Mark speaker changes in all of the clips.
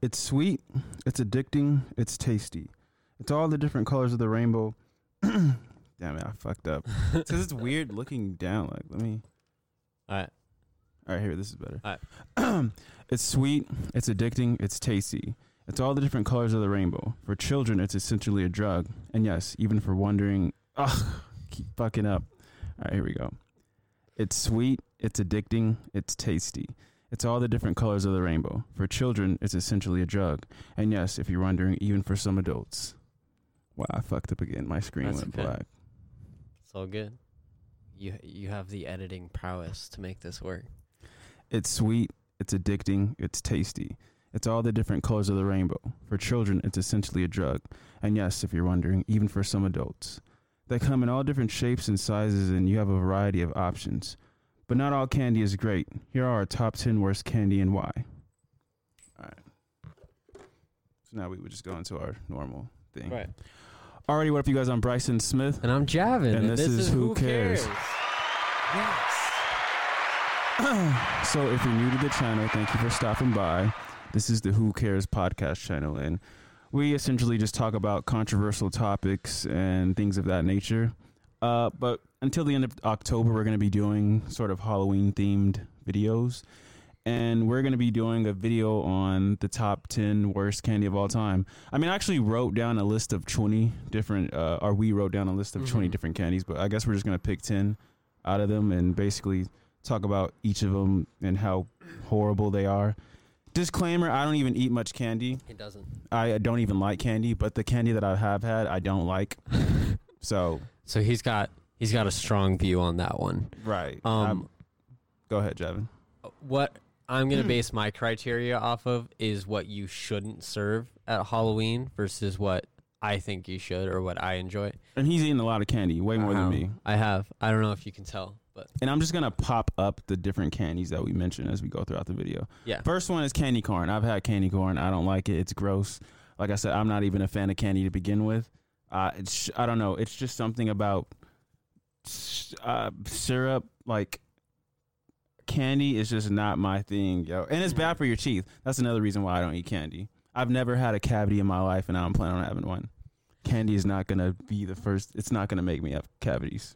Speaker 1: It's sweet, it's addicting, it's tasty. It's all the different colors of the rainbow. Damn it, I fucked up. Because it's weird looking down. Like, let me.
Speaker 2: All right.
Speaker 1: All right, here, this is better.
Speaker 2: All
Speaker 1: it's sweet, it's addicting, it's tasty. It's all the different colors of the rainbow. For children, it's essentially a drug. And yes, even for wondering, ugh, keep fucking up. All right, here we go. It's sweet, it's addicting, it's tasty. It's all the different colors of the rainbow. For children, it's essentially a drug. And yes, if you're wondering, even for some adults. Wow, I fucked up again. My screen
Speaker 2: That's
Speaker 1: went
Speaker 2: okay.
Speaker 1: black.
Speaker 2: It's all good. You you have the editing prowess to make this work.
Speaker 1: It's sweet, it's addicting, it's tasty. It's all the different colors of the rainbow. For children, it's essentially a drug. And yes, if you're wondering, even for some adults. They come in all different shapes and sizes, and you have a variety of options. But not all candy is great. Here are our top 10 worst candy and why. All right. So now we would just go into our normal thing. Already, what if you guys on Bryson Smith?
Speaker 2: And I'm Javin.
Speaker 1: And this is Who Cares.
Speaker 2: Yes.
Speaker 1: So, if you're new to the channel, thank you for stopping by. This is the Who Cares podcast channel, and we essentially just talk about controversial topics and things of that nature. Uh, but until the end of October, we're going to be doing sort of Halloween themed videos, and we're going to be doing a video on the top 10 worst candy of all time. I mean, I actually wrote down a list of 20 different, uh, or we wrote down a list of 20
Speaker 2: Mhm.
Speaker 1: different candies, but I guess we're just going to pick 10 out of them and basically talk about each of them and how horrible they are. Disclaimer: I don't even eat much candy.
Speaker 2: It doesn't.
Speaker 1: I don't even like candy, but the candy that I have had, I don't like. So
Speaker 2: So he's got he's got a strong view on that one.
Speaker 1: right.
Speaker 2: Um,
Speaker 1: Um, go ahead, Javin.
Speaker 2: what I'm
Speaker 1: hmm.
Speaker 2: gonna base my criteria off of is what you shouldn't serve at Halloween versus what I think you should or what I enjoy.
Speaker 1: And he's eating a lot of candy, way more than
Speaker 2: Um,
Speaker 1: me.
Speaker 2: I have. I don't know if you can tell, but
Speaker 1: And I'm just gonna pop up the different candies that we mentioned as we go throughout the video.
Speaker 2: yeah.
Speaker 1: First one is candy corn. I've had candy corn. I don't like it. It's gross. Like I said, I'm not even a fan of candy to begin with. Uh, it's I don't know. It's just something about s- uh, syrup. Like candy is just not my thing, yo. And it's bad for your teeth. That's another reason why I don't eat candy. I've never had a cavity in my life, and I don't plan on having one. Candy is not gonna be the first. It's not gonna make me have cavities.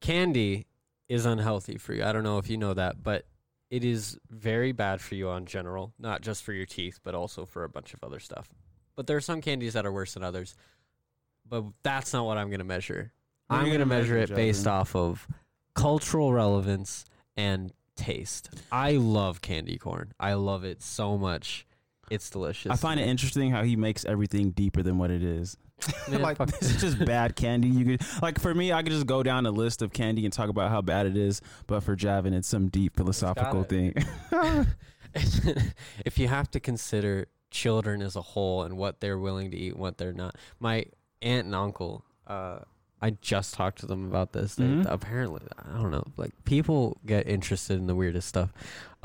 Speaker 2: candy is unhealthy for you. I don't know if you know that, but it is very bad for you on general, not just for your teeth, but also for a bunch of other stuff. But there are some candies that are worse than others. But that's not what I'm going to measure.
Speaker 1: What are
Speaker 2: I'm
Speaker 1: you
Speaker 2: going to
Speaker 1: gonna
Speaker 2: measure it
Speaker 1: measure,
Speaker 2: based
Speaker 1: Jasmine?
Speaker 2: off of cultural relevance and taste. I love candy corn. I love it so much. It's delicious.
Speaker 1: I find it interesting how he makes everything deeper than what it is.
Speaker 2: Man,
Speaker 1: like
Speaker 2: fuck.
Speaker 1: this is just bad candy. You could like for me, I could just go down a list of candy and talk about how bad it is. But for Javin, it's some deep philosophical
Speaker 2: it.
Speaker 1: thing.
Speaker 2: if you have to consider children as a whole and what they're willing to eat and what they're not. My aunt and uncle, uh, I just talked to them about this. They,
Speaker 1: Mhm.
Speaker 2: Apparently, I don't know. Like people get interested in the weirdest stuff.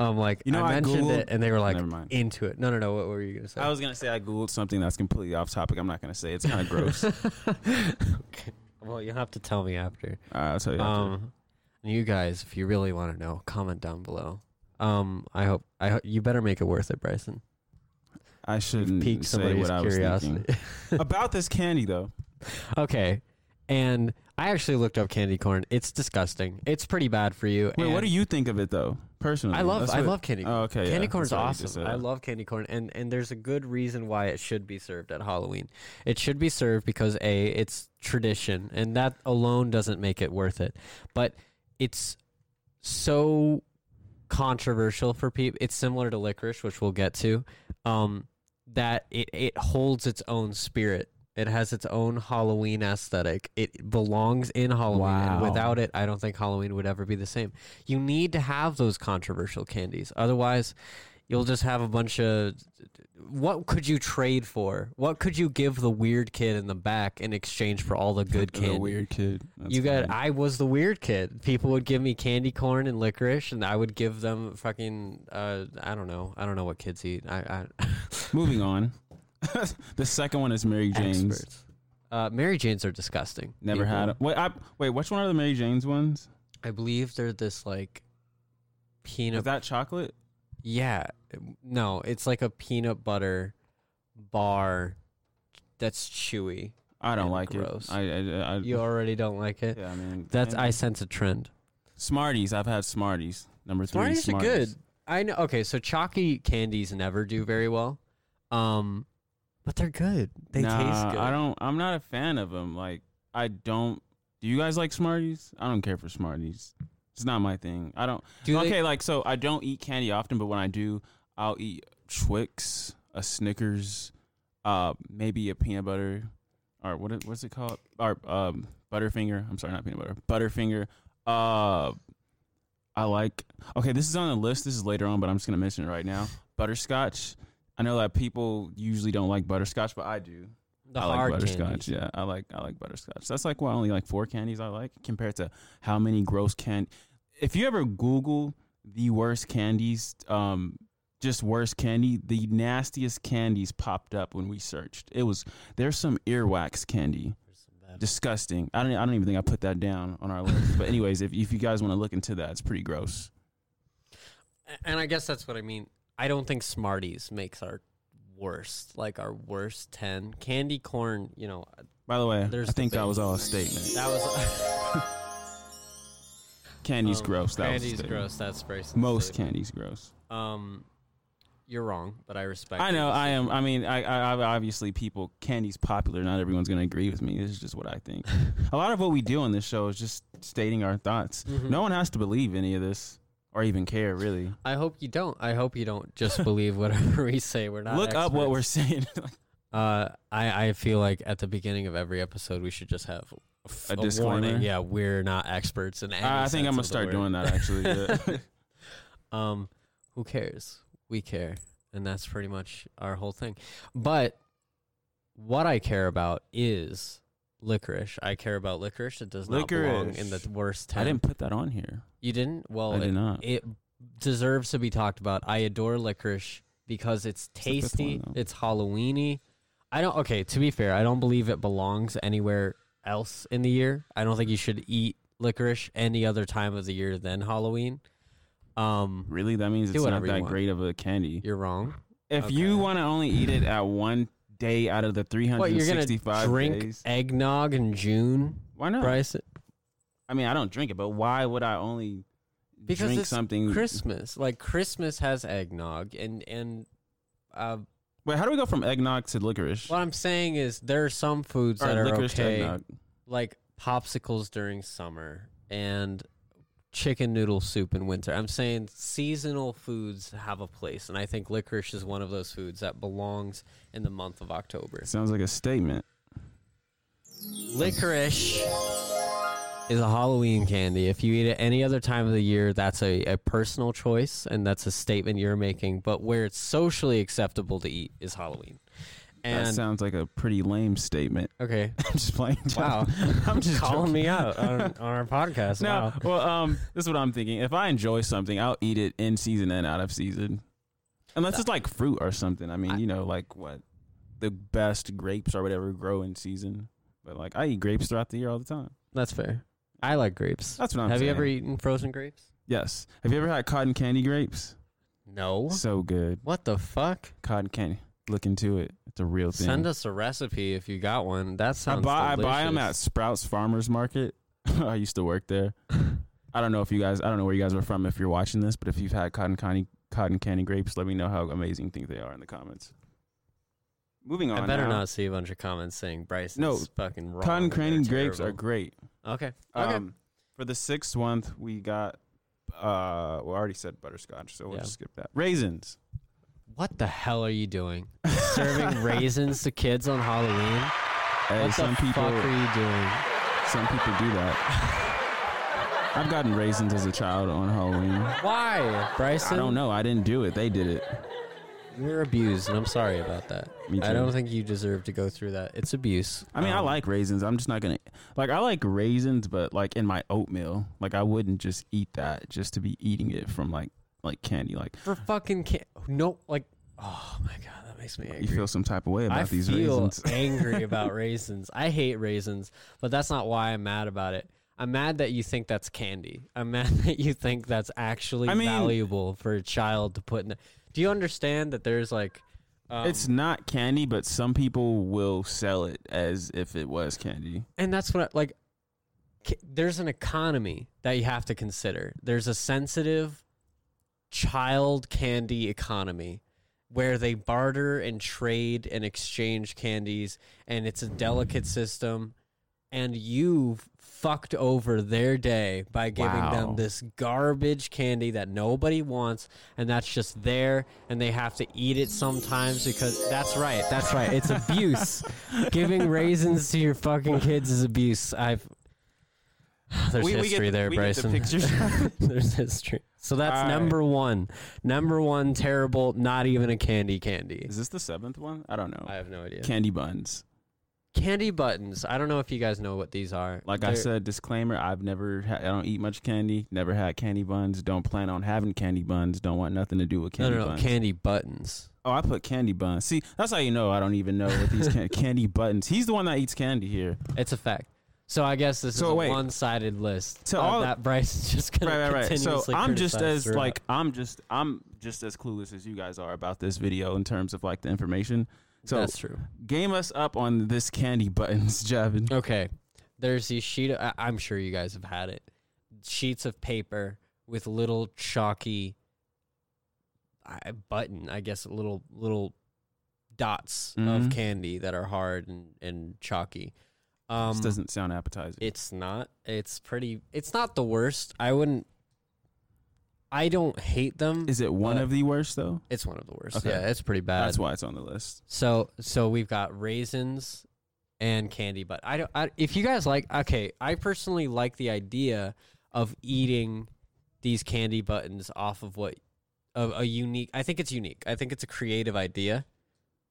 Speaker 2: Um, like
Speaker 1: You know,
Speaker 2: I
Speaker 1: I
Speaker 2: mentioned
Speaker 1: Googled-
Speaker 2: it, and they were like
Speaker 1: Never mind.
Speaker 2: into it. No, no, no. What were you gonna say?
Speaker 1: I was gonna say I googled something that's completely off topic. I'm not gonna say it. it's kind of gross. All
Speaker 2: okay. Well, you'll have to tell me after.
Speaker 1: right, I'll tell you. after.
Speaker 2: Um, and you guys, if you really want to know, comment down below. Um, I hope I ho- you better make it worth it, Bryson.
Speaker 1: I
Speaker 2: You've
Speaker 1: shouldn't
Speaker 2: piqued
Speaker 1: Hmm, say
Speaker 2: somebody's
Speaker 1: what I was
Speaker 2: curiosity.
Speaker 1: thinking about this candy though.
Speaker 2: Okay. And I actually looked up candy corn. It's disgusting. It's pretty bad for you.
Speaker 1: Wait, what
Speaker 2: and
Speaker 1: do you think of it though? Personally,
Speaker 2: I love
Speaker 1: That's
Speaker 2: I
Speaker 1: what-
Speaker 2: love candy corn.
Speaker 1: Oh, okay,
Speaker 2: candy
Speaker 1: yeah,
Speaker 2: corn's
Speaker 1: that's what you just
Speaker 2: awesome.
Speaker 1: said.
Speaker 2: I love candy corn and and there's a good reason why it should be served at Halloween. It should be served because A, it's tradition and that alone doesn't make it worth it. But it's so controversial for people. It's similar to licorice, which we'll get to. Um that it, it holds its own spirit. It has its own Halloween aesthetic. It belongs in Halloween. And
Speaker 1: Wow.
Speaker 2: without it, I don't think Halloween would ever be the same. You need to have those controversial candies. Otherwise, you'll just have a bunch of. What could you trade for? What could you give the weird kid in the back in exchange for all the good
Speaker 1: The
Speaker 2: candy?
Speaker 1: weird kid. That's
Speaker 2: you
Speaker 1: funny.
Speaker 2: got. I was the weird kid. People would give me candy corn and licorice, and I would give them fucking. Uh, I don't know. I don't know what kids eat. I, I
Speaker 1: Moving on. the second one is Mary Jane's.
Speaker 2: experts. Uh, Mary Janes are disgusting.
Speaker 1: Never
Speaker 2: people.
Speaker 1: had. 'em. Wait, I, wait, which one are the Mary Jane's ones?
Speaker 2: I believe they're this like
Speaker 1: Is
Speaker 2: peanut.
Speaker 1: that chocolate?
Speaker 2: Yeah. No, it's like a peanut butter bar that's chewy.
Speaker 1: I don't
Speaker 2: And
Speaker 1: like
Speaker 2: gross.
Speaker 1: it. I, I, I,
Speaker 2: You already don't like it.
Speaker 1: yeah, I mean
Speaker 2: That's
Speaker 1: and-
Speaker 2: I sense a trend.
Speaker 1: Smarties. I've had Smarties. Number three.
Speaker 2: Smarties are good. I know. Okay, so chalky candies never do very well. Um but they're good. They taste
Speaker 1: Nah,
Speaker 2: good.
Speaker 1: I don't. I'm not a fan of them. Like I don't. Do you guys like Smarties? I don't care for Smarties. It's not my thing. I don't.
Speaker 2: do
Speaker 1: okay,
Speaker 2: they,
Speaker 1: like so I don't eat candy often, but when I do, I'll eat Twix, a Snickers, uh, maybe a peanut butter, or what it- what's it called? Or um, Butterfinger. I'm sorry, not peanut butter. Butterfinger. Uh, I like. Okay, this is on the list. This is later on, but I'm just gonna mention it right now. Butterscotch. I know that people usually don't like butterscotch, but I do.
Speaker 2: the
Speaker 1: I
Speaker 2: hard
Speaker 1: like butterscotch.
Speaker 2: candies.
Speaker 1: Yeah, I like I like butterscotch. That's like what only like four candies I like compared to how many gross can. If you ever Google the worst candies, um, just worst candy, the nastiest candies popped up when we searched. It was there's some earwax candy, disgusting. I don't I don't even think I put that down on our list. but anyways, if if you guys want to look into that, it's pretty gross.
Speaker 2: And I guess that's what I mean. I don't think Smarties makes our worst, like our worst 10. Candy corn, you know,
Speaker 1: By the way,
Speaker 2: There's
Speaker 1: I think that
Speaker 2: debate.
Speaker 1: was all a statement.
Speaker 2: that was.
Speaker 1: Candy's
Speaker 2: um,
Speaker 1: gross. That was a
Speaker 2: Candy's
Speaker 1: statement.
Speaker 2: gross. That's very
Speaker 1: Most
Speaker 2: sensitive.
Speaker 1: candy's gross.
Speaker 2: Um, you're wrong, but I respect
Speaker 1: I
Speaker 2: your
Speaker 1: know I am.
Speaker 2: decision.
Speaker 1: I mean, I, I I've- obviously people candy's popular. Not everyone's going to agree with me. This is just what I think. a lot of what we do on this show is just stating our thoughts.
Speaker 2: Mhm.
Speaker 1: No one has to believe any of this or even care really.
Speaker 2: I hope you don't. I hope you don't just believe whatever we say. We're not.
Speaker 1: Look up what we're
Speaker 2: experts.
Speaker 1: saying.
Speaker 2: Uh, I I feel like at the beginning of every episode we should just have a, f-
Speaker 1: A
Speaker 2: warning.
Speaker 1: disclaimer?
Speaker 2: Yeah, we're not experts in. Any
Speaker 1: I I think I'm
Speaker 2: sense
Speaker 1: gonna start
Speaker 2: of the word.
Speaker 1: doing that actually. yeah.
Speaker 2: um, who cares? We care, and that's pretty much our whole thing. But what I care about is licorice. I care about licorice. It does not belong in
Speaker 1: Licorice.
Speaker 2: the worst ten.
Speaker 1: I didn't put that on here.
Speaker 2: You didn't? Well,
Speaker 1: I
Speaker 2: it,
Speaker 1: did not.
Speaker 2: it deserves to be talked about. I adore licorice because it's
Speaker 1: the fifth
Speaker 2: tasty.
Speaker 1: one, though.
Speaker 2: it's Halloweeny. I don't. Okay, to be fair, I don't believe it belongs anywhere else in the year. I don't think you should eat licorice any other time of the year than Halloween. Um,
Speaker 1: Really, that means
Speaker 2: Do
Speaker 1: it's not
Speaker 2: whatever you
Speaker 1: that
Speaker 2: want.
Speaker 1: great of a candy.
Speaker 2: you're wrong.
Speaker 1: If
Speaker 2: Okay.
Speaker 1: you want to only eat it at one day out of the
Speaker 2: What you're gonna
Speaker 1: 365
Speaker 2: drink
Speaker 1: days,
Speaker 2: eggnog in June,
Speaker 1: why not?
Speaker 2: Bryce?
Speaker 1: I mean, I don't drink it, but why would I only
Speaker 2: Because
Speaker 1: drink
Speaker 2: it's
Speaker 1: something?
Speaker 2: Christmas, like Christmas has eggnog, and and uh,
Speaker 1: Wait, how do we go from eggnog to licorice?
Speaker 2: what I'm saying is there are some foods that are
Speaker 1: licorice
Speaker 2: okay.
Speaker 1: eggnog.
Speaker 2: like popsicles during summer and chicken noodle soup in winter. I'm saying seasonal foods have a place, and I think licorice is one of those foods that belongs in the month of October.
Speaker 1: Sounds like a statement.
Speaker 2: Licorice is a Halloween candy. If you eat it any other time of the year, that's a, a personal choice and that's a statement you're making. But where it's socially acceptable to eat is Halloween.
Speaker 1: that
Speaker 2: And
Speaker 1: sounds like a pretty lame statement.
Speaker 2: okay.
Speaker 1: I'm just playing.
Speaker 2: Wow.
Speaker 1: I'm just
Speaker 2: calling
Speaker 1: joking.
Speaker 2: me out on, on our podcast.
Speaker 1: No,
Speaker 2: Wow.
Speaker 1: well, um, this is what I'm thinking. If I enjoy something, I'll eat it in season and out of season, unless it's like fruit or something. I mean,
Speaker 2: I-
Speaker 1: you know, like what the best grapes or whatever grow in season. But like, I eat grapes throughout the year all the time.
Speaker 2: That's fair. I like grapes.
Speaker 1: That's what I'm
Speaker 2: Have
Speaker 1: saying.
Speaker 2: you ever eaten frozen grapes?
Speaker 1: Yes. Have you ever had cotton candy grapes?
Speaker 2: No.
Speaker 1: So good.
Speaker 2: What the fuck?
Speaker 1: Cotton candy. Look into it. It's a real thing.
Speaker 2: Send us a recipe if you got one. That
Speaker 1: I
Speaker 2: sounds.
Speaker 1: buy I buy them at
Speaker 2: delicious.
Speaker 1: Sprouts Farmers Market. I used to work there. I don't know if you guys I don't know where you guys are from if you're watching this, but if you've had cotton candy cotton candy grapes, let me know how amazing you think they are in the comments. Moving on.
Speaker 2: I better
Speaker 1: now.
Speaker 2: not see a bunch of comments saying Bryce
Speaker 1: No,
Speaker 2: is fucking wrong.
Speaker 1: Cotton
Speaker 2: and
Speaker 1: candy
Speaker 2: they're
Speaker 1: grapes are
Speaker 2: terrible.
Speaker 1: great.
Speaker 2: okay. Okay.
Speaker 1: Um, for the sixth one, we got uh well I already said butterscotch, so we'll
Speaker 2: Yeah.
Speaker 1: just skip that. Raisins.
Speaker 2: what the hell are you doing? Serving raisins to kids on Halloween?
Speaker 1: Hey,
Speaker 2: what
Speaker 1: some
Speaker 2: the
Speaker 1: people
Speaker 2: fuck are you doing?
Speaker 1: some people do that. I've gotten raisins as a child on Halloween.
Speaker 2: Why, Bryson?
Speaker 1: I don't know. I didn't do it. They did it.
Speaker 2: You're abused, and I'm sorry about that.
Speaker 1: Me
Speaker 2: I
Speaker 1: too.
Speaker 2: don't think you deserve to go through that. It's abuse.
Speaker 1: I mean, I
Speaker 2: Um,
Speaker 1: like raisins. I'm just not gonna like. I like raisins, but like in my oatmeal, like I wouldn't just eat that just to be eating it from like like candy. Like
Speaker 2: for fucking can no like oh my god that makes me angry
Speaker 1: you feel some type of way about
Speaker 2: i
Speaker 1: these
Speaker 2: feel
Speaker 1: raisins.
Speaker 2: angry about raisins i hate raisins but that's not why i'm mad about it I'm mad that you think that's candy. I'm mad that you think that's actually
Speaker 1: I mean-
Speaker 2: valuable for a child to put in. The, do you understand that there's like, um,
Speaker 1: it's not candy, but some people will sell it as if it was candy.
Speaker 2: and that's what I- like. ki- There's an economy that you have to consider. There's a sensitive child candy economy where they barter and trade and exchange candies, and it's a delicate system. And you've fucked over their day by giving
Speaker 1: Wow.
Speaker 2: them this garbage candy that nobody wants, and that's just there, and they have to eat it sometimes because that's right, that's right. It's abuse. giving raisins to your fucking kids is abuse. I've. There's history there, Bryson. There's history. So that's
Speaker 1: All right.
Speaker 2: number one. Number one, terrible, not even a candy candy.
Speaker 1: Is this the seventh one? I don't know.
Speaker 2: I have no idea.
Speaker 1: Candy buns.
Speaker 2: Candy buttons. I don't know if you guys know what these are.
Speaker 1: Like I
Speaker 2: They're-
Speaker 1: said, disclaimer: I've never, ha- I don't eat much candy. Never had candy buns. Don't plan on having candy buns. Don't want nothing to do with
Speaker 2: No,
Speaker 1: candy
Speaker 2: no, no.
Speaker 1: buns.
Speaker 2: Candy buttons.
Speaker 1: oh, I put candy buns. See, that's how you know I don't even know what these can- candy buttons. He's the one that eats candy here.
Speaker 2: It's a fact. So I guess this
Speaker 1: So
Speaker 2: is a
Speaker 1: wait.
Speaker 2: one-sided list
Speaker 1: To
Speaker 2: uh,
Speaker 1: all-
Speaker 2: that Bryce just gonna
Speaker 1: Right, right, right. So
Speaker 2: continuously
Speaker 1: I'm just
Speaker 2: criticize
Speaker 1: as
Speaker 2: throughout.
Speaker 1: like I'm just I'm just as clueless as you guys are about this video in terms of like the information. So
Speaker 2: that's true.
Speaker 1: game us up on this candy buttons, Javin.
Speaker 2: Okay. There's these sheet. I- I'm sure you guys have had it. Sheets of paper with little chalky I, button. I guess little little dots
Speaker 1: Mhm.
Speaker 2: of candy that are hard and and chalky. Um,
Speaker 1: this doesn't sound appetizing.
Speaker 2: it's not. It's pretty. It's not the worst. I wouldn't. I don't hate them.
Speaker 1: Is it one
Speaker 2: but-
Speaker 1: of the worst though?
Speaker 2: it's one of the worst.
Speaker 1: Okay.
Speaker 2: Yeah, it's pretty bad.
Speaker 1: That's why it's on the list.
Speaker 2: So so we've got raisins and candy, but I don't. I, if you guys like, okay, I personally like the idea of eating these candy buttons off of what of a unique. I think it's unique. I think it's a creative idea,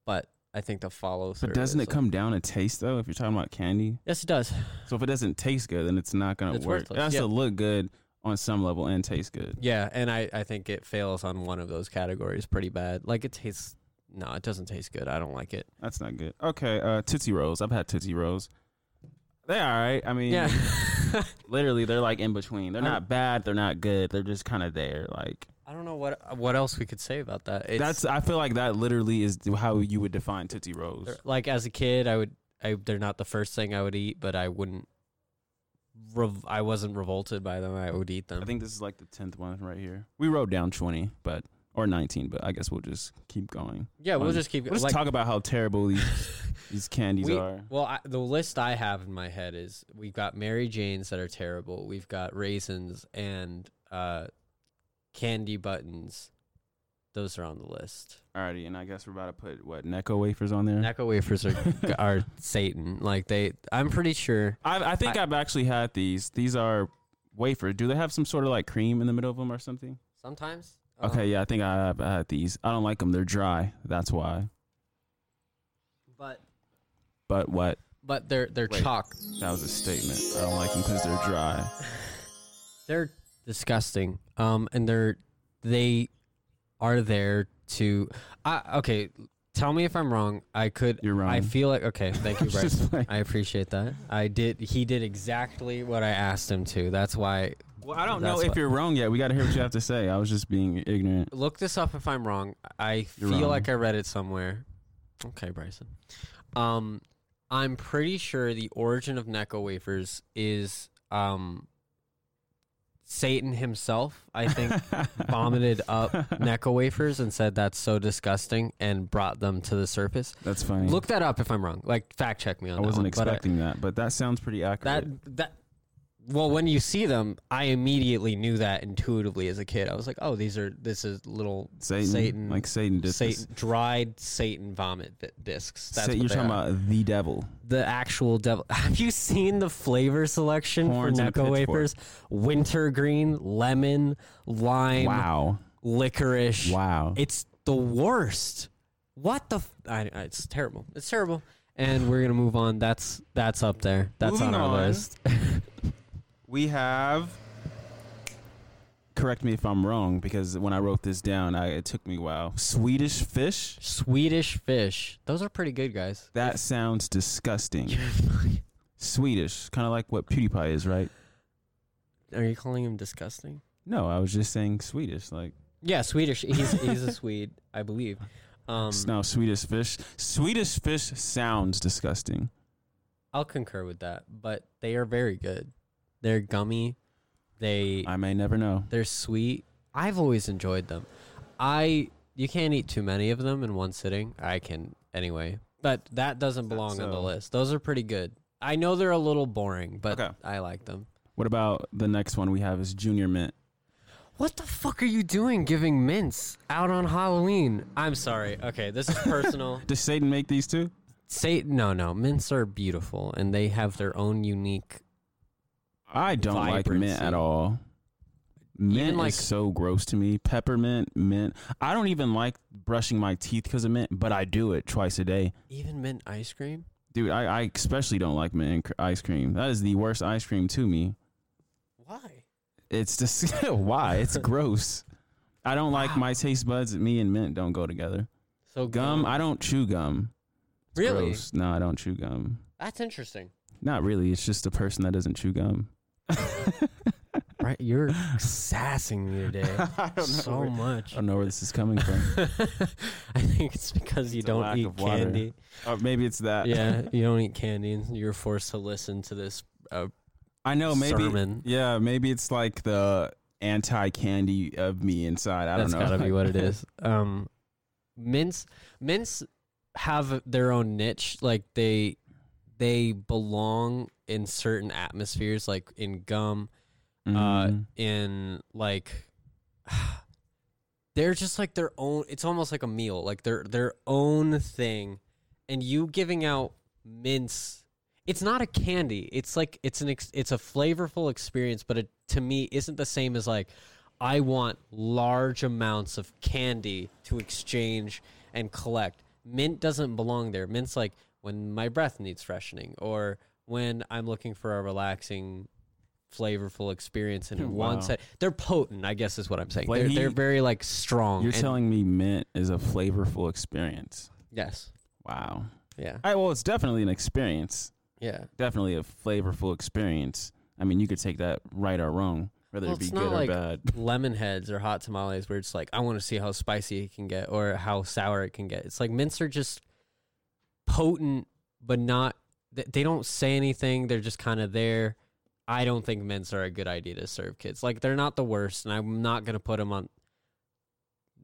Speaker 2: but I think the follow through.
Speaker 1: But doesn't it come down to taste though? If you're talking about candy,
Speaker 2: Yes, it does.
Speaker 1: so if it doesn't taste good, then it's not gonna
Speaker 2: It's
Speaker 1: work.
Speaker 2: worthless,
Speaker 1: It has
Speaker 2: yeah.
Speaker 1: to look good on some level and taste good.
Speaker 2: Yeah, and I I think it fails on one of those categories pretty bad. Like it tastes. No, it doesn't taste good. I don't like it.
Speaker 1: That's not good. Okay, uh, Tootsie Rolls. I've had Tootsie Rolls. They're all right. I mean,
Speaker 2: Yeah.
Speaker 1: literally, they're like in between. They're
Speaker 2: I-
Speaker 1: not bad. They're not good. They're just kind of there. Like
Speaker 2: I don't know what what else we could say about that. It's,
Speaker 1: that's. I feel like that literally is how you would define Tootsie Rolls.
Speaker 2: They're- like as a kid i would I, they're not the first thing i would eat but i wouldn't rev- i wasn't revolted by them i would eat them
Speaker 1: I think this is like the tenth one right here. We wrote down twenty, but or nineteen, but I guess we'll just keep going.
Speaker 2: yeah we'll
Speaker 1: fun.
Speaker 2: just keep
Speaker 1: We'll just
Speaker 2: like,
Speaker 1: talk about how terrible these these candies
Speaker 2: we,
Speaker 1: are.
Speaker 2: well I, the list i have in my head is we've got mary janes that are terrible we've got raisins and uh candy buttons those are on the list
Speaker 1: Alrighty, and I guess we're about to put what Necco wafers on there.
Speaker 2: Necco wafers are are satan like they i'm pretty sure
Speaker 1: I, I think I,
Speaker 2: I-
Speaker 1: have actually had these. These are wafers. Do they have some sort of like cream in the middle of them or something?
Speaker 2: sometimes um,
Speaker 1: okay, yeah, I think I have had these. I don't like them. They're dry. That's why.
Speaker 2: but
Speaker 1: But what?
Speaker 2: but they're they're
Speaker 1: Wait.
Speaker 2: chalk
Speaker 1: That was a statement. I don't like them because they're dry.
Speaker 2: they're disgusting. Um, and they're they are there to. I okay. Tell me if I'm wrong. I could.
Speaker 1: You're wrong.
Speaker 2: I feel like okay. Thank you, Bryce.
Speaker 1: Just like-
Speaker 2: I appreciate that. I did. He did exactly what I asked him to. That's why.
Speaker 1: well, I don't know
Speaker 2: That's
Speaker 1: if
Speaker 2: what-
Speaker 1: you're wrong yet. We got to hear what you have to say. I was just being ignorant.
Speaker 2: Look this up if I'm wrong. I
Speaker 1: You're wrong.
Speaker 2: feel like I read it somewhere. Okay, Bryson. Um, I'm pretty sure the origin of Necco wafers is um. Satan himself, I think, vomited up Necco wafers and said that's so disgusting and brought them to the surface.
Speaker 1: That's funny.
Speaker 2: Look that up if I'm wrong. Like fact check me on
Speaker 1: I
Speaker 2: that.
Speaker 1: wasn't
Speaker 2: one. But, uh,
Speaker 1: expecting that, but that sounds pretty accurate.
Speaker 2: that that well, when you see them, I immediately knew that intuitively as a kid. I was like, "Oh, these are this is little
Speaker 1: Satan,
Speaker 2: Satan-
Speaker 1: like Satan, did
Speaker 2: Satan dried Satan vomit vi- discs." That's
Speaker 1: Satan
Speaker 2: what
Speaker 1: you're
Speaker 2: they
Speaker 1: talking
Speaker 2: are.
Speaker 1: about the devil.
Speaker 2: the actual devil. Have you seen the flavor selection
Speaker 1: Horns
Speaker 2: for
Speaker 1: and a
Speaker 2: Necco
Speaker 1: pitchfork.
Speaker 2: wafers? Wintergreen, lemon, lime,
Speaker 1: Wow,
Speaker 2: licorice.
Speaker 1: wow.
Speaker 2: It's the worst. What the? F- I, I- it's terrible. It's terrible. And we're gonna move on. That's that's up there. That's
Speaker 1: Moving
Speaker 2: on our
Speaker 1: on.
Speaker 2: list.
Speaker 1: We have. Correct me if I'm wrong, because when I wrote this down, I, it took me a while. Swedish fish.
Speaker 2: Swedish fish. Those are pretty good, guys.
Speaker 1: That sounds disgusting. Swedish, kind of like what PewDiePie is, right?
Speaker 2: Are you calling him disgusting?
Speaker 1: No, I was just saying Swedish. Like
Speaker 2: Yeah, Swedish. He's he's a Swede, I believe. Um,
Speaker 1: s- no, Swedish fish. Swedish fish sounds disgusting.
Speaker 2: I'll concur with that, but they are very good. They're gummy. They
Speaker 1: I may never know.
Speaker 2: they're sweet. I've always enjoyed them. I you can't eat too many of them in one sitting. I can anyway, but that doesn't belong on the
Speaker 1: so.
Speaker 2: list. Those are pretty good. I know they're a little boring, but
Speaker 1: Okay.
Speaker 2: I like them.
Speaker 1: What about the next one we have is Junior Mint?
Speaker 2: What the fuck are you doing giving mints out on Halloween? I'm sorry. Okay, this is personal.
Speaker 1: Does Satan make these too?
Speaker 2: Say no, no. Mints are beautiful and they have their own unique.
Speaker 1: I don't like mint
Speaker 2: Vibrancy.
Speaker 1: at all. Mint
Speaker 2: like-
Speaker 1: is so gross to me. Peppermint, mint. I don't even like brushing my teeth because of mint, but I do it twice a day.
Speaker 2: Even mint ice cream?
Speaker 1: Dude, I, I especially don't like mint and cr- ice cream. That is the worst ice cream to me.
Speaker 2: Why?
Speaker 1: It's just why it's gross. I don't like
Speaker 2: Wow.
Speaker 1: my taste buds. Me and mint don't go together.
Speaker 2: So
Speaker 1: Gum, I don't chew gum. It's
Speaker 2: Really?
Speaker 1: gross. No, I don't chew gum.
Speaker 2: That's interesting.
Speaker 1: Not really. It's just a person that doesn't chew gum.
Speaker 2: Right, you're sassing me today
Speaker 1: I don't know.
Speaker 2: so
Speaker 1: where, I
Speaker 2: much.
Speaker 1: don't know where this is coming from.
Speaker 2: I think it's because you
Speaker 1: It's a
Speaker 2: don't
Speaker 1: lack
Speaker 2: eat
Speaker 1: of water. Uh.
Speaker 2: candy.
Speaker 1: or maybe it's that.
Speaker 2: yeah, you don't eat candy, and you're forced to listen to this
Speaker 1: I know. Oh, Maybe.
Speaker 2: sermon.
Speaker 1: Yeah, maybe it's like the anti candy of me inside. I
Speaker 2: That's
Speaker 1: don't know.
Speaker 2: gotta be what it is. Um, mints, mints have their own niche. Like they, they belong in certain atmospheres, like in gum,
Speaker 1: Mhm.
Speaker 2: uh, in like. They're just like their own. It's almost like a meal, like their their own thing, and you giving out mints. It's not a candy. It's like it's an ex, it's a flavorful experience, but it to me isn't the same as like I want large amounts of candy to exchange and collect. Mint doesn't belong there. Mint's like when my breath needs freshening or when I'm looking for a relaxing, flavorful experience in
Speaker 1: Wow.
Speaker 2: one set. They're potent, I guess is what I'm saying. They're,
Speaker 1: Flaky-
Speaker 2: they're very like strong.
Speaker 1: You're
Speaker 2: and-
Speaker 1: telling me mint is a flavorful experience.
Speaker 2: Yes.
Speaker 1: Wow.
Speaker 2: Yeah.
Speaker 1: I, well, it's definitely an experience.
Speaker 2: Yeah.
Speaker 1: Definitely a flavorful experience. I mean, you could take that right or wrong, whether
Speaker 2: Well,
Speaker 1: it be
Speaker 2: it's
Speaker 1: good
Speaker 2: not
Speaker 1: or
Speaker 2: like-
Speaker 1: bad.
Speaker 2: Lemon heads or hot tamales where it's like, I want to see how spicy it can get or how sour it can get. It's like mints are just potent, but not, th- they don't say anything. They're just kind of there. I don't think mints are a good idea to serve kids. Like, they're not the worst, and I'm not going to put them on.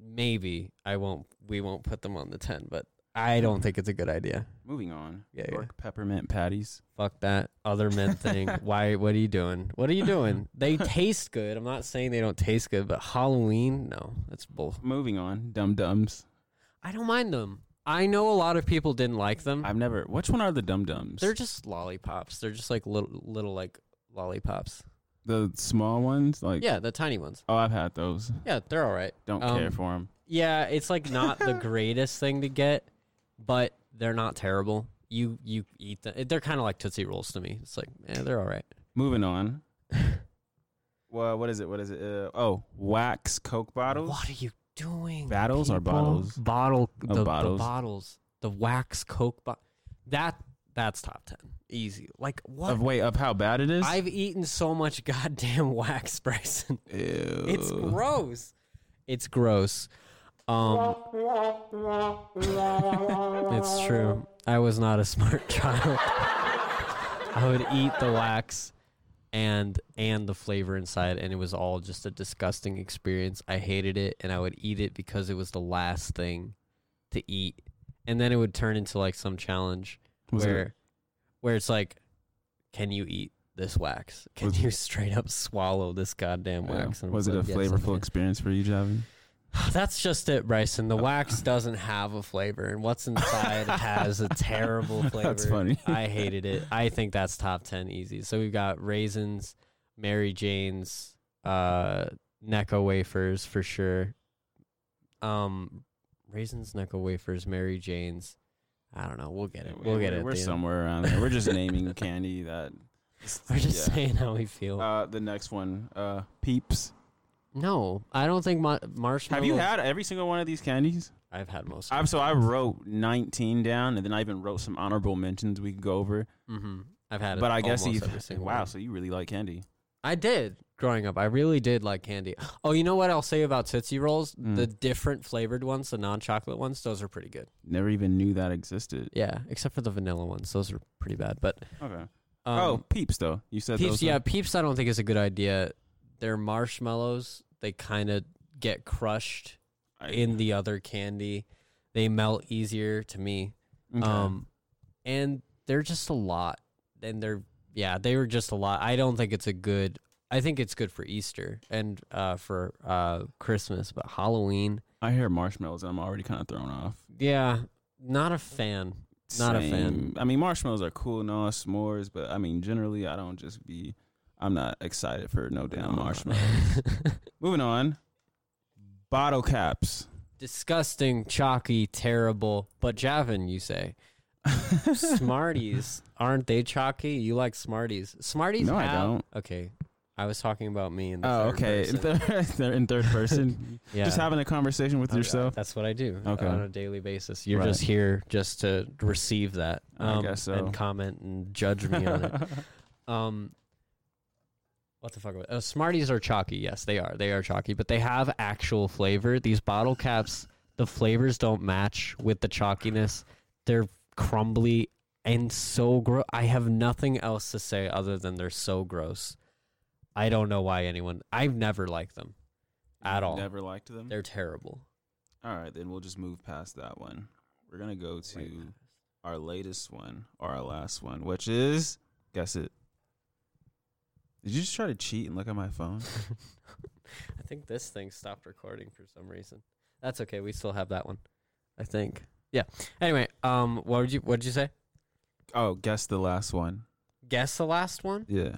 Speaker 2: Maybe I won't, we won't put them on the 10, but I don't think it's a good idea.
Speaker 1: Moving on.
Speaker 2: Yeah, yeah.
Speaker 1: York peppermint patties.
Speaker 2: Fuck that other men thing. Why? What are you doing? What are you doing? They taste good. I'm not saying they don't taste good, but Halloween, no, that's bull.
Speaker 1: Moving on. Dum dums.
Speaker 2: I don't mind them. I know a lot of people didn't like them.
Speaker 1: I've never. Which one are the dum dums?
Speaker 2: Mm-hmm. They're just lollipops. They're just like little, little like lollipops.
Speaker 1: the small ones. Like
Speaker 2: Yeah, the tiny ones.
Speaker 1: Oh, I've had those.
Speaker 2: Yeah, they're all right.
Speaker 1: Don't
Speaker 2: Um,
Speaker 1: care for them.
Speaker 2: Yeah, it's like not the greatest thing to get, but they're not terrible. You you eat them. They're kind of like tootsie rolls to me. It's like, eh, they're all right.
Speaker 1: Moving on. well, what is it? What is it? Uh, oh, wax Coke bottles.
Speaker 2: What are you doing?
Speaker 1: Battles or
Speaker 2: people?
Speaker 1: bottles?
Speaker 2: Bottle
Speaker 1: Oh,
Speaker 2: the, the
Speaker 1: bottles.
Speaker 2: bottles. The wax Coke bottle. That that's top ten. Easy. Like what?
Speaker 1: Of wait, of how bad it is.
Speaker 2: I've eaten so much goddamn wax, Bryson.
Speaker 1: Ew.
Speaker 2: It's gross. It's gross. Um, it's true. I was not a smart child. I would eat the wax and and the flavor inside, and it was all just a disgusting experience. I hated it, and I would eat it because it was the last thing to eat, and then it would turn into like some challenge
Speaker 1: Was it-
Speaker 2: where where it's like, can you eat? This wax. Can
Speaker 1: Was-
Speaker 2: you straight up swallow this goddamn
Speaker 1: Yeah.
Speaker 2: wax? And
Speaker 1: Was
Speaker 2: it's
Speaker 1: it a
Speaker 2: like, yes, I
Speaker 1: flavorful
Speaker 2: can.
Speaker 1: experience for you, Javin?
Speaker 2: That's just it, Bryson.
Speaker 1: Oh.
Speaker 2: The wax doesn't have a flavor, and what's inside has a terrible flavor.
Speaker 1: That's funny.
Speaker 2: I hated it. I think that's top ten easy. So we've got raisins, Mary Jane's, uh, Necco wafers for sure. Um, raisins, Necco wafers, Mary Jane's. I don't know. We'll get it. We'll get it. at
Speaker 1: We're
Speaker 2: the end.
Speaker 1: somewhere around there. We're just naming candy that.
Speaker 2: We're just
Speaker 1: yeah.
Speaker 2: saying how we feel.
Speaker 1: Uh, the next one, uh, Peeps.
Speaker 2: no, I don't think ma- marshmallow.
Speaker 1: Have you had every single one of these candies?
Speaker 2: I've had most.
Speaker 1: i so I wrote 19 down, and then I even wrote some honorable mentions we could go over.
Speaker 2: Mm-hmm. I've had.
Speaker 1: But I guess
Speaker 2: almost
Speaker 1: you.
Speaker 2: every single
Speaker 1: Wow,
Speaker 2: one.
Speaker 1: so you really like candy.
Speaker 2: I did growing up. I really did like candy. Oh, you know what I'll say about Tootsie Rolls?
Speaker 1: Mm.
Speaker 2: The different flavored ones, the non chocolate ones, those are pretty good.
Speaker 1: Never even knew that existed.
Speaker 2: Yeah, except for the vanilla ones. Those are pretty bad. But
Speaker 1: Okay.
Speaker 2: um,
Speaker 1: oh, peeps though. You said
Speaker 2: Peeps,
Speaker 1: those.
Speaker 2: yeah,
Speaker 1: were-
Speaker 2: Peeps. I don't think is a good idea. They're marshmallows. They kind of get crushed
Speaker 1: I-
Speaker 2: in the other candy. They melt easier to me.
Speaker 1: okay.
Speaker 2: Um, and they're just a lot. And they're yeah, they were just a lot. I don't think it's a good. I think it's good for Easter and uh, for uh, Christmas, but Halloween,
Speaker 1: I hear marshmallows. and I'm already kind of thrown off.
Speaker 2: yeah, not a fan. Not a fan.
Speaker 1: Same. I mean, marshmallows are cool and all s'mores, but I mean, generally, I don't just be. I'm not excited for no damn marshmallow. Moving on. Bottle caps.
Speaker 2: Disgusting, chalky, terrible. But Javin, you say Smarties aren't they chalky? You like Smarties? Smarties?
Speaker 1: No, I
Speaker 2: have-
Speaker 1: don't.
Speaker 2: Okay, I was talking about me. In the
Speaker 1: Oh,
Speaker 2: third
Speaker 1: okay. In
Speaker 2: person.
Speaker 1: third, they're in third person.
Speaker 2: yeah.
Speaker 1: Just having a conversation with
Speaker 2: Okay,
Speaker 1: yourself.
Speaker 2: Oh, That's what I do uh,
Speaker 1: Okay.
Speaker 2: on a daily basis. You're
Speaker 1: Right.
Speaker 2: just here just to receive that um,
Speaker 1: I guess so.
Speaker 2: and comment and judge me on it. Um, what the fuck? was- Uh, Smarties are chalky. Yes, they are. They are chalky, but they have actual flavor. These bottle caps, the flavors don't match with the chalkiness. They're crumbly and so gross. I have nothing else to say other than they're so gross. I don't know why anyone. I've never liked them at all.
Speaker 1: Never liked them.
Speaker 2: They're terrible.
Speaker 1: All right, then we'll just move past that one. We're gonna go to our latest one or our last one, which is guess it. Did you just try to cheat and look at my phone?
Speaker 2: I think this thing stopped recording for some reason. That's okay. We still have that one. I think. Yeah. Anyway, um, what would you what did you say?
Speaker 1: Oh, guess the last one.
Speaker 2: Guess the last one?
Speaker 1: Yeah.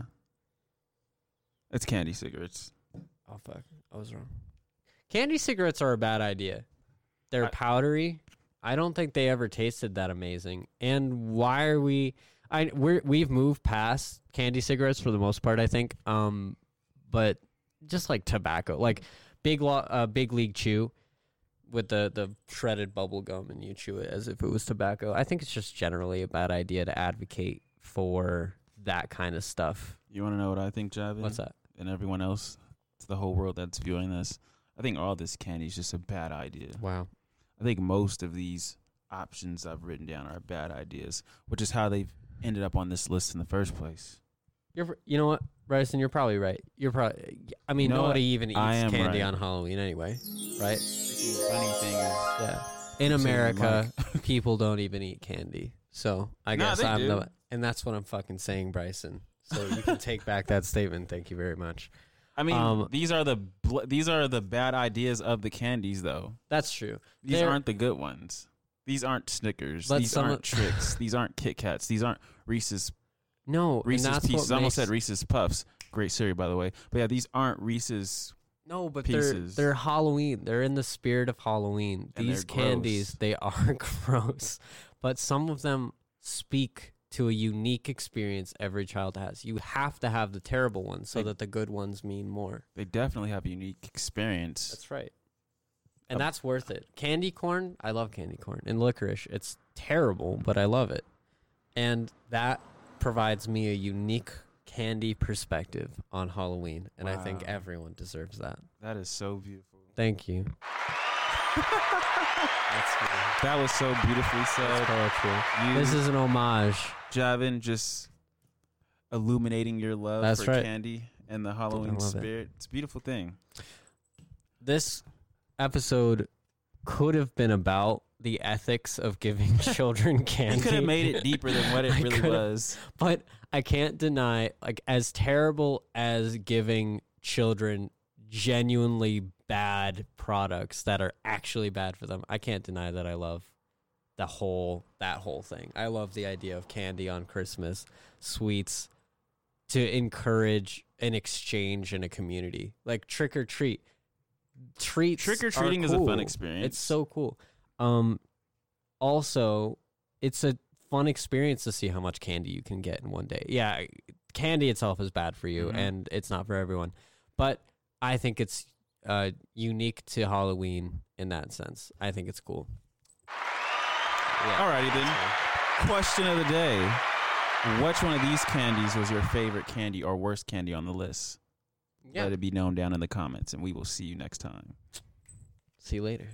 Speaker 1: It's candy cigarettes.
Speaker 2: Oh fuck, I was wrong. Candy cigarettes are a bad idea. They're
Speaker 1: I-
Speaker 2: powdery. I don't think they ever tasted that amazing. And why are we? I we're, we've moved past candy cigarettes for the most part. I think. Um, but just like tobacco, like big lo- uh, big league chew with the the shredded bubble gum, and you chew it as if it was tobacco. I think it's just generally a bad idea to advocate for that kind of stuff.
Speaker 1: You wanna know what I think, Javin?
Speaker 2: What's that?
Speaker 1: And everyone else? It's the whole world that's viewing this. I think all this candy is just a bad idea.
Speaker 2: Wow.
Speaker 1: I think most of these options I've written down are bad ideas, which is how they've ended up on this list in the first place.
Speaker 2: You're, pr- you know what, Bryson? You're probably right. You're probably. I mean,
Speaker 1: You know what?
Speaker 2: nobody even eats
Speaker 1: I am
Speaker 2: candy
Speaker 1: right.
Speaker 2: on Halloween anyway, right?
Speaker 1: funny thing is
Speaker 2: Yeah. In America, people don't even eat candy, so I
Speaker 1: Nah,
Speaker 2: guess
Speaker 1: they
Speaker 2: I'm
Speaker 1: do.
Speaker 2: the. And that's what I'm fucking saying, Bryson. So you can take back that statement. Thank you very much.
Speaker 1: I mean,
Speaker 2: Um,
Speaker 1: these are the bl- these are the bad ideas of the candies, though.
Speaker 2: That's true.
Speaker 1: These
Speaker 2: They're-
Speaker 1: aren't the good ones. These aren't Snickers.
Speaker 2: Let
Speaker 1: These
Speaker 2: some-
Speaker 1: aren't tricks. These aren't Kit Kats. These aren't Reese's
Speaker 2: No, and
Speaker 1: Reese's
Speaker 2: that's
Speaker 1: pieces.
Speaker 2: What
Speaker 1: I almost
Speaker 2: makes-
Speaker 1: said Reese's Puffs. Great cereal, by the way. But yeah, these aren't Reese's.
Speaker 2: No, but
Speaker 1: pieces.
Speaker 2: they're they're Halloween. They're in the spirit of Halloween.
Speaker 1: And they're
Speaker 2: These candies,
Speaker 1: gross.
Speaker 2: they are gross, but some of them speak to a unique experience every child has. You have to have the terrible ones so
Speaker 1: Like-
Speaker 2: that the good ones mean more.
Speaker 1: They definitely have a unique experience.
Speaker 2: That's right. And
Speaker 1: Um,
Speaker 2: that's worth it. Candy corn, I love candy corn. And licorice, it's terrible, but I love it. And that provides me a unique candy perspective on Halloween, and I think
Speaker 1: Wow.
Speaker 2: everyone deserves that.
Speaker 1: That is so beautiful.
Speaker 2: Thank you. That's me.
Speaker 1: That was so beautifully
Speaker 2: That's
Speaker 1: said.
Speaker 2: poetry.
Speaker 1: You,
Speaker 2: This is an homage.
Speaker 1: Javin, just illuminating your love
Speaker 2: That's
Speaker 1: for
Speaker 2: right.
Speaker 1: candy and the Halloween
Speaker 2: love it.
Speaker 1: spirit. It's a beautiful thing.
Speaker 2: This episode could have been about the ethics of giving children
Speaker 1: You
Speaker 2: candy.
Speaker 1: could have made it deeper than what it
Speaker 2: I
Speaker 1: really
Speaker 2: coulda-
Speaker 1: was.
Speaker 2: But I can't deny, like, as terrible as giving children genuinely bad products that are actually bad for them, I can't deny that I love the whole that whole thing. I love the idea of candy on Christmas, sweets to encourage an exchange in a community, like trick or treat. Treats
Speaker 1: Trick
Speaker 2: are
Speaker 1: or treating is a fun
Speaker 2: cool.
Speaker 1: experience.
Speaker 2: It's so cool. Um, also, it's a fun experience to see how much candy you can get in one day. Yeah, candy itself is bad for you,
Speaker 1: Mhm.
Speaker 2: and it's not for everyone. But I think it's uh, unique to Halloween in that sense. I think it's cool. Yeah.
Speaker 1: Alrighty then. Question of the day. Which one of these candies was your favorite candy or worst candy on the list?
Speaker 2: Yeah.
Speaker 1: Let it be known down in the comments, and we will see you next time.
Speaker 2: See you later.